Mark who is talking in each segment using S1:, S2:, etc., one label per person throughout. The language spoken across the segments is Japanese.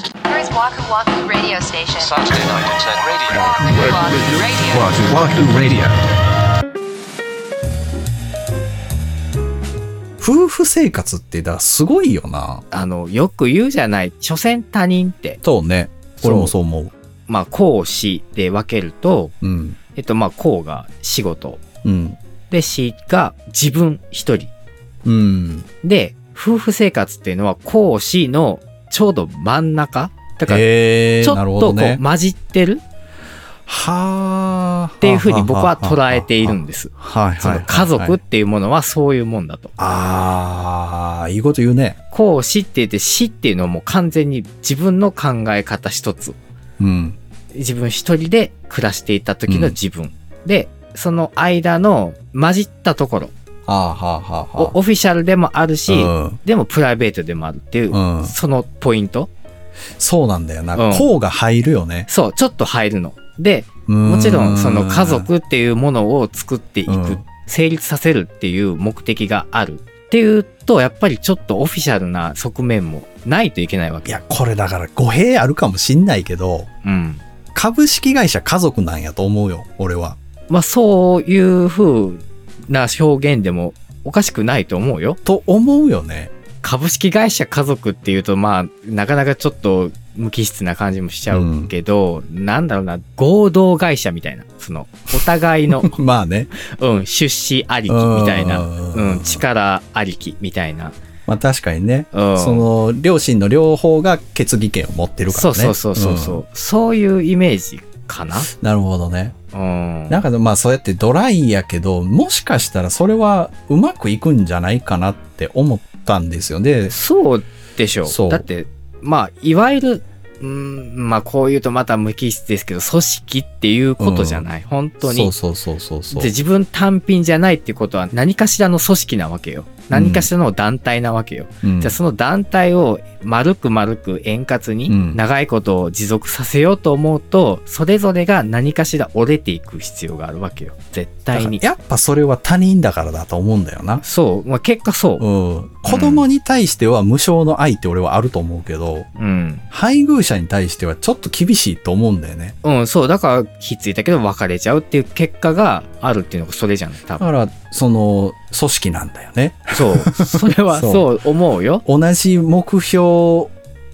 S1: Waku Waku Radio Station.
S2: Saturday night at 10 radio.
S1: Waku
S3: Wahoo
S1: Waku Radio.
S3: Wahoo Radio.
S4: 夫婦生活ってだ、すごいよな。
S5: あの、よく言うじゃない。所詮他人って。
S4: そうね。俺もそう思う。
S5: まあ、公私で分けると、
S4: うん。
S5: えっと、まあ、公が仕事。
S4: うん。
S5: で、私が自分一人。
S4: うん。
S5: で、夫婦生活っていうのは公私のちょうど真ん中。だから、
S4: え
S5: ち
S4: ー、
S5: ょっ
S4: なるほ
S5: とこ
S4: ど
S5: う、
S4: ね。
S5: 混じってる
S4: はあ。
S5: っていうふうに僕は捉えているん
S4: で
S5: です。
S4: はい
S5: そ
S4: はいはいはい。
S5: の家族っていうものはそういうもんだと。
S4: ああ、いいこと言うね。
S5: こう死って言って死っていうのはもう完全に自分の考え方一つ。
S4: うん。
S5: 自分一人で暮らしていた時の自分。で、その間の混じったところ。
S4: はあはあはあは
S5: お
S4: あ。
S5: オフィシャルでもあるし、
S4: うん
S5: でもプライベートでもあるっていう、
S4: うん
S5: そのポイント。
S4: そうなんだよな。
S5: うん
S4: こうが入るよね。
S5: そう、ちょっと入るの。で、
S4: も
S5: もちろんその家族っていうものを作っていく、
S4: うん
S5: 成立させるっていう目的があるっていうと、やっぱりちょっとオフィシャルな側面もないといけないわ
S4: い
S5: け。
S4: や、これだから語弊あるかもしんないけど、
S5: うん。
S4: 株式会社家族なんやと思うよ、俺は。
S5: まあそういう風な表現でもおかしくないと思うよ。
S4: と思うよね。
S5: 株式会社家族っていうとまあなかなかちょっと無機質な感じもしちゃうけど、なんだろうな、合同会社みたいな、そのお互い の、
S4: まあね。
S5: うん、出資ありきみたいな、
S4: うん
S5: うん、力ありきみたいな。
S4: まあ確かにね。
S5: うん
S4: その、両親の両方が決議権を持ってるから
S5: そう
S4: ね。
S5: そうそうそうそう、
S4: ん
S5: そういうイメージかな
S4: なるほどね。
S5: うん
S4: なんかまあそうやってドライやけど、もしかしたらそれはうまくいくんじゃないかなって思ったんですよね。
S5: そうでしょ
S4: そう
S5: うだってまあいわゆるうんまあこういうとまた無機質ですけど組織っていうことじゃない、本当に
S4: そうそうそうそうそう
S5: で。自分単品じゃないってことは何かしらの組織なわけよ何かしらの団体なわけよ、
S4: うん
S5: じゃあその団体を丸く丸く円滑
S4: う
S5: に
S4: ん
S5: 長いことを持続させようと思うと、それぞれが何かしら折れていく必要があるわけよ絶対に
S4: やっぱそれは他人だからだと思うんだよな。
S5: そう、まあ、結果そう
S4: う。ん。子供に対しては無償の愛って俺はあると思うけど、
S5: うん。
S4: 配偶者に対してはちょっと厳しいと思うんだよね。
S5: うん、そう。だから、ひっついたけど別れちゃうっていう結果があるっていうのがそれじゃない多
S4: だ
S5: 分。
S4: から、その、組織なんだよね。
S5: そう。それは
S4: そ
S5: そう思うよ。
S4: 同じ目標を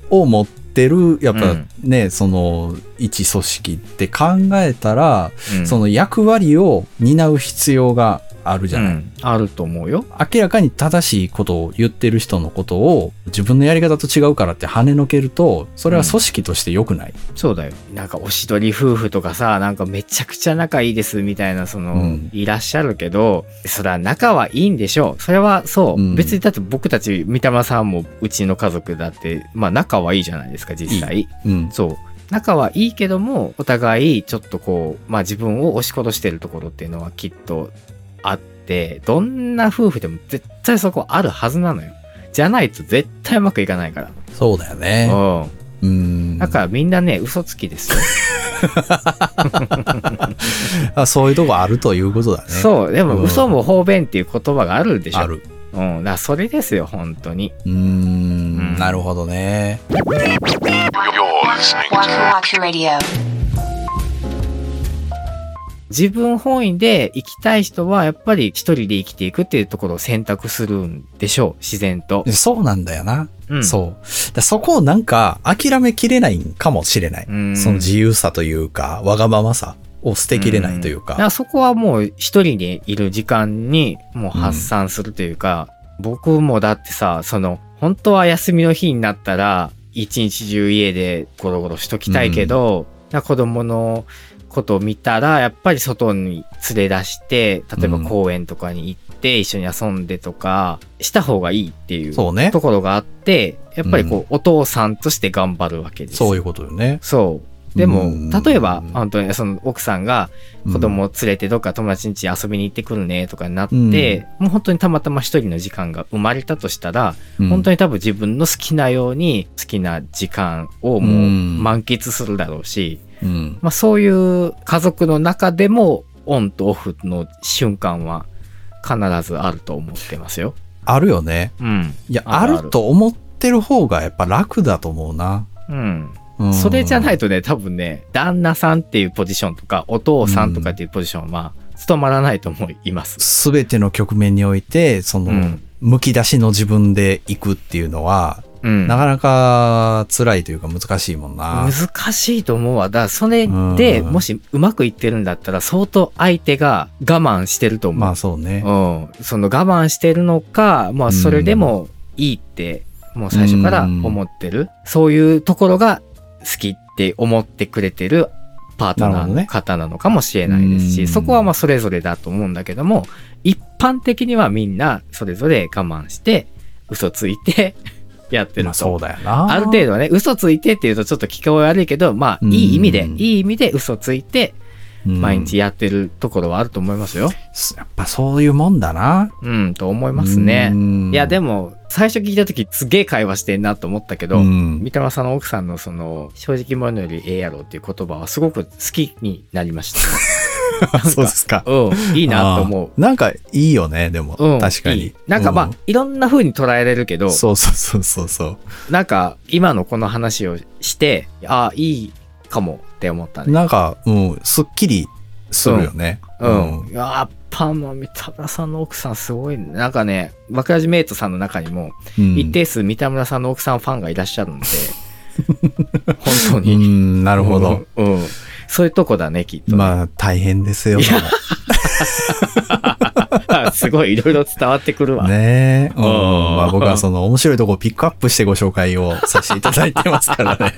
S4: 持ってる、やっ
S5: う
S4: ぱ
S5: ん
S4: ね、その、一組織って考えたら、
S5: うん、
S4: その役割を担う必要があるじゃない。
S5: うんあると思うよ。
S4: 明らかに正しいことを言ってる人のことを自分のやり方と違うからって跳ねのけると、それは組織として良くない。
S5: そうだよ。なんか、おしどり夫婦とかさ、なんかめちゃくちゃ仲いいですみたいな、その、
S4: うん
S5: いらっしゃるけど、そりゃ仲はいいんでしょう。それはそう。
S4: うん
S5: 別にだって僕たち、三玉さんもうちの家族だって、まあ仲はいいじゃないですか、実際。
S4: うん。
S5: そう。仲はいいけども、お互いちょっとこう、まあ自分を押し殺してるところっていうのはきっとあって、どんな夫婦でも絶対そこあるはずなのよ。じゃないと絶対うまくいかないから。
S4: そうだよね。
S5: う
S4: う
S5: ん。
S4: ん。
S5: だからみんなね、嘘つきですよ。
S4: あそういうとこあるということだね。
S5: そう。で
S4: うん
S5: も嘘も方便っていう言葉があるでしょ。
S4: あ。る。
S5: うん。だからそれですよ、本当に。
S4: うーん、なるほどね。
S2: You're listening
S1: Waku Waku
S2: to
S1: Radio.
S5: 自分本位で生きたい人は、やっぱり一人で生きていくっていうところを選択するんでしょう、自然と。
S4: そうなんだよな。
S5: うん。
S4: そう。だそこをなんか諦めきれないんかもしれない。
S5: うん
S4: その自由さというか、わがままさを捨てきれないというか。
S5: んだらそこはもう一人でいる時間にもう発散するというか、僕もだってさ、その、本当は休みの日になったら、一日中家でゴロゴロしときたいけど、な子供のことを見たら、やっぱり外に連れ出して、例えば公園とかに行って一緒に遊んでとか、した方がいいっていう
S4: そうね
S5: ところがあって、やっぱりこう、お父さんとして頑張るわけですよ
S4: そういうことよね。
S5: そう。で
S4: う
S5: も
S4: ん、
S5: 例えば、本当にその奥さんが
S4: うん
S5: 子供を連れてどっか友達ん家遊びに行ってくるねとかになって、
S4: うん
S5: もう本当にたまたま一人の時間が生まれたとしたら、本当
S4: に。
S5: に多分自分の好きなように好きな時間をもう満喫するだろうし、
S4: うん。
S5: まあそういう家族の中でもオンとオフの瞬間は必ずあると思ってますよ。
S4: あるよね。
S5: うん。
S4: いや、あ
S5: あるある
S4: ると思ってる方がやっぱ楽だと思うな。
S5: うん。
S4: うん
S5: それじゃないとね、多分ね、旦那さんっていうポジションとか、お父さんとかっていうポジションは、務まらないと思います。
S4: 全ての局面において、その、
S5: うん
S4: むき出しの自分で行くっていうのは、
S5: うん。
S4: なかなか辛いというか難しいもんな。
S5: 難しいと思うわ。だから、それで、
S4: うん
S5: もしうまくいってるんだったら、相当相手が我慢してると思う。
S4: まあそうね。
S5: うん。その我慢してるのか、まあ、それでもいいって、もう最初から思ってる。そういうところが好きって思ってくれてるパート
S4: なる
S5: ナー
S4: ほどね
S5: の方なのかもしれないですし、
S4: うん
S5: そこはまあそれぞれだと思うんだけども、一般的にはみんなそれぞれ我慢して、嘘ついて やって
S4: ま
S5: る
S4: あそう
S5: と。
S4: だよな。
S5: ある程度はね、嘘ついてっていうとちょっと聞こえ悪いけど、まあ、いい意味で、
S4: うん
S5: いい意味で嘘ついて、
S4: うん
S5: 毎日やってるところはあると思いますよ。
S4: やっぱそういうもんだな。
S5: うん、と思いますね。いや、で
S4: も、
S5: も、最初聞いた時すげえ会話してんなと思ったけど、
S4: うん
S5: 三笘さんの奥さんのその、正直者よりええやろっていう言葉はすごく好きになりました。
S4: そうですか。
S5: うん、 いいなと思
S4: あーなんかいいよね、でも。
S5: う。うん、
S4: 確かに
S5: いいなんかまあ、
S4: うん
S5: いろんな風に捉えれるけど、
S4: そうそうそうそうそう。
S5: なんか今のこの話をして、ああ、いいかもって思ったね。
S4: なんか、うん、すっきりするよね。
S5: うん。やっぱもう三田さんの奥さんすごいね。なんかね、枕ラジメイトさんの中にも、
S4: うん
S5: 一定数三田村さんの奥さんファンがいらっしゃるんで、 本当
S4: う
S5: に。
S4: ん、なるほど。
S5: うん。うんそういうとこだね、きっと。
S4: まあ、大変ですよ。
S5: いやすごいいろいろ伝わってくるわ。
S4: ねえ。うん。
S5: うん
S4: まあ僕はその面白いとこをピックアップしてご紹介をさせていただいてますからね。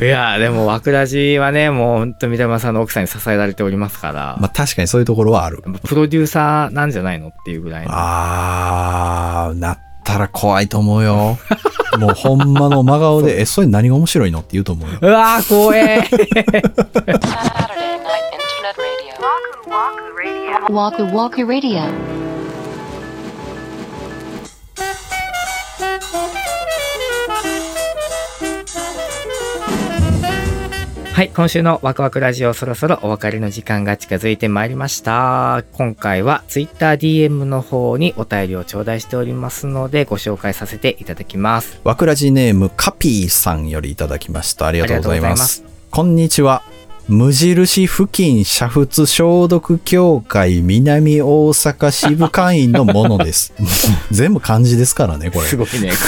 S5: いやー、でも、枠ラジはね、もう本当三田村さんの奥さんに支えられておりますから、
S4: まあ確かにそういうところはある。
S5: プロデューサーなんじゃないのっていうぐらいの。
S4: あー、なったら怖いと思う よ。もうほんまの真顔で、え、それ何が面白いのって言うと思うよ。
S5: うわー、怖え
S1: Saturday night internet radio. Waku Waku Radio. Waku Waku Radio.
S5: はい、今週のワクワクラジオそろそろお別れの時間が近づいてまいりました。今回は TwitterDM の方にお便りを頂戴しておりますので、ご紹介させていただきます。
S4: わくらじネームカピーさんよりいただきました。ありがとうございます。こんにちは。無印付近煮沸消毒協会南大阪支部会員のもの です。全部漢字ですからね、これ
S5: す。ごいね。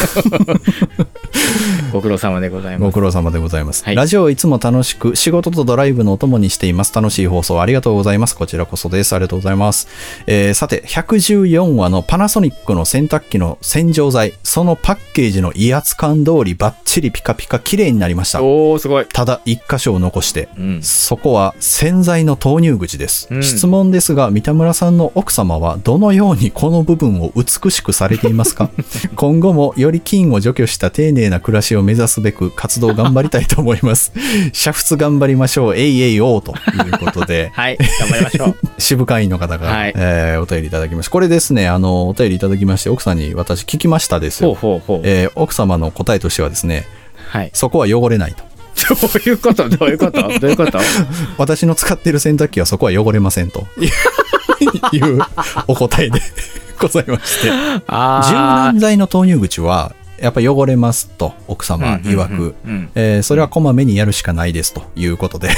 S5: ご苦労様でござい
S4: ご
S5: ます。
S4: 苦労様でございます、
S5: はい
S4: ラジオをいつも楽しく仕事とドライブのお供にしています楽しい放送ありがとうございますこちらこそですありがとうございます、えーさて114話のパナソニックの洗濯機の洗浄剤そのパッケージの威圧感通りバッチリピカピカ綺麗になりました
S5: おー、すごい。
S4: ただ一箇所を残して
S5: うん。
S4: そこは洗剤の投入口です、
S5: うん
S4: 質問ですが三田村さんの奥様はどのようにこの部分を美しくされてい ますか今後もより菌を除去した丁寧な暮らしを目指すべく活動頑張りたいと思います煮沸頑張りましょうえいえいおうということ で
S5: はい、頑張りましょう。
S4: 支部会員の方が、
S5: はい
S4: えーお便りいただきましたこれですねあのお便りいただきまして奥さんに私聞きましたです
S5: ほう
S4: よ、
S5: ほうほう。
S4: えー奥様の答えとしてはですね
S5: はい。
S4: そこは汚れないと
S5: どういうことどういうことどういうこと
S4: 私の使ってる洗濯機はそこは汚れませんというお答えでございまして柔
S5: あ
S4: 軟剤の投入口はやっぱ汚れますと奥様
S5: ー。
S4: 曰く、
S5: うんうんうんうん
S4: えーそれはこまめにやるしかないですということで、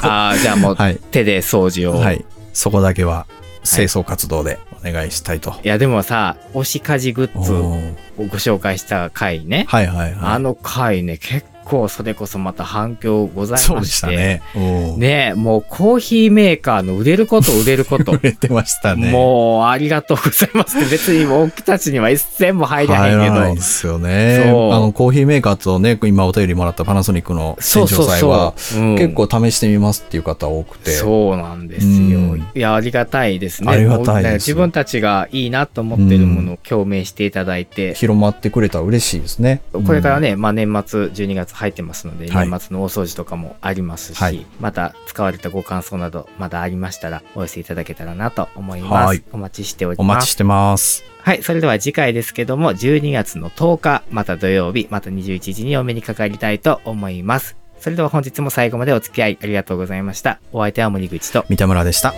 S5: あー、じゃあも う
S4: はい
S5: 手で掃除を。
S4: はい、そこだけは清掃活動でお願いしたいと、
S5: いやでもさ、推し家事グッズ
S4: お
S5: を
S4: ー
S5: ご紹介した回ね。
S4: はいはい
S5: あ
S4: は
S5: の回ね、結構それこそまた反響ござ
S4: い
S5: い
S4: そう
S5: ま
S4: で
S5: し
S4: した
S5: て。
S4: ねおー
S5: ねもうコーヒーメーカーの売れること売れること
S4: 売。れてましたね
S5: もうありがとうございますって別に僕たちには一銭も入らへ
S4: 入らなんい
S5: け
S4: で
S5: ど。
S4: すよね
S5: そう
S4: あのコーヒーメーカーとね今お便りもらったパナソニックの洗
S5: そう
S4: 浄
S5: そう
S4: 剤
S5: そ
S4: は
S5: う。うん
S4: 結構試してみますっていう方多くて
S5: そうなんです
S4: う
S5: よ。
S4: ん
S5: いや、ありがたいですね。
S4: ありがたいです
S5: もうね自分たちがいいなと思ってるものを共鳴していただいて、
S4: 広まってくれたら嬉しいですね。
S5: これからね、まあ年末12月入ってますので、
S4: はい
S5: 年末の大掃除とかもありますし、
S4: はい
S5: また使われたご感想などまだありましたらお寄せいただけたらなと思います。
S4: はい
S5: お待ちしており
S4: うん。お
S5: ま
S4: 待ち
S5: す。
S4: してます。
S5: はい、それでは次回ですけども、12月の10日、また土曜日、また21時にお目にかかりたいと思います。それでは本日も最後までお付き合いありがとうございました。お相手は森口と
S4: 三田村でした。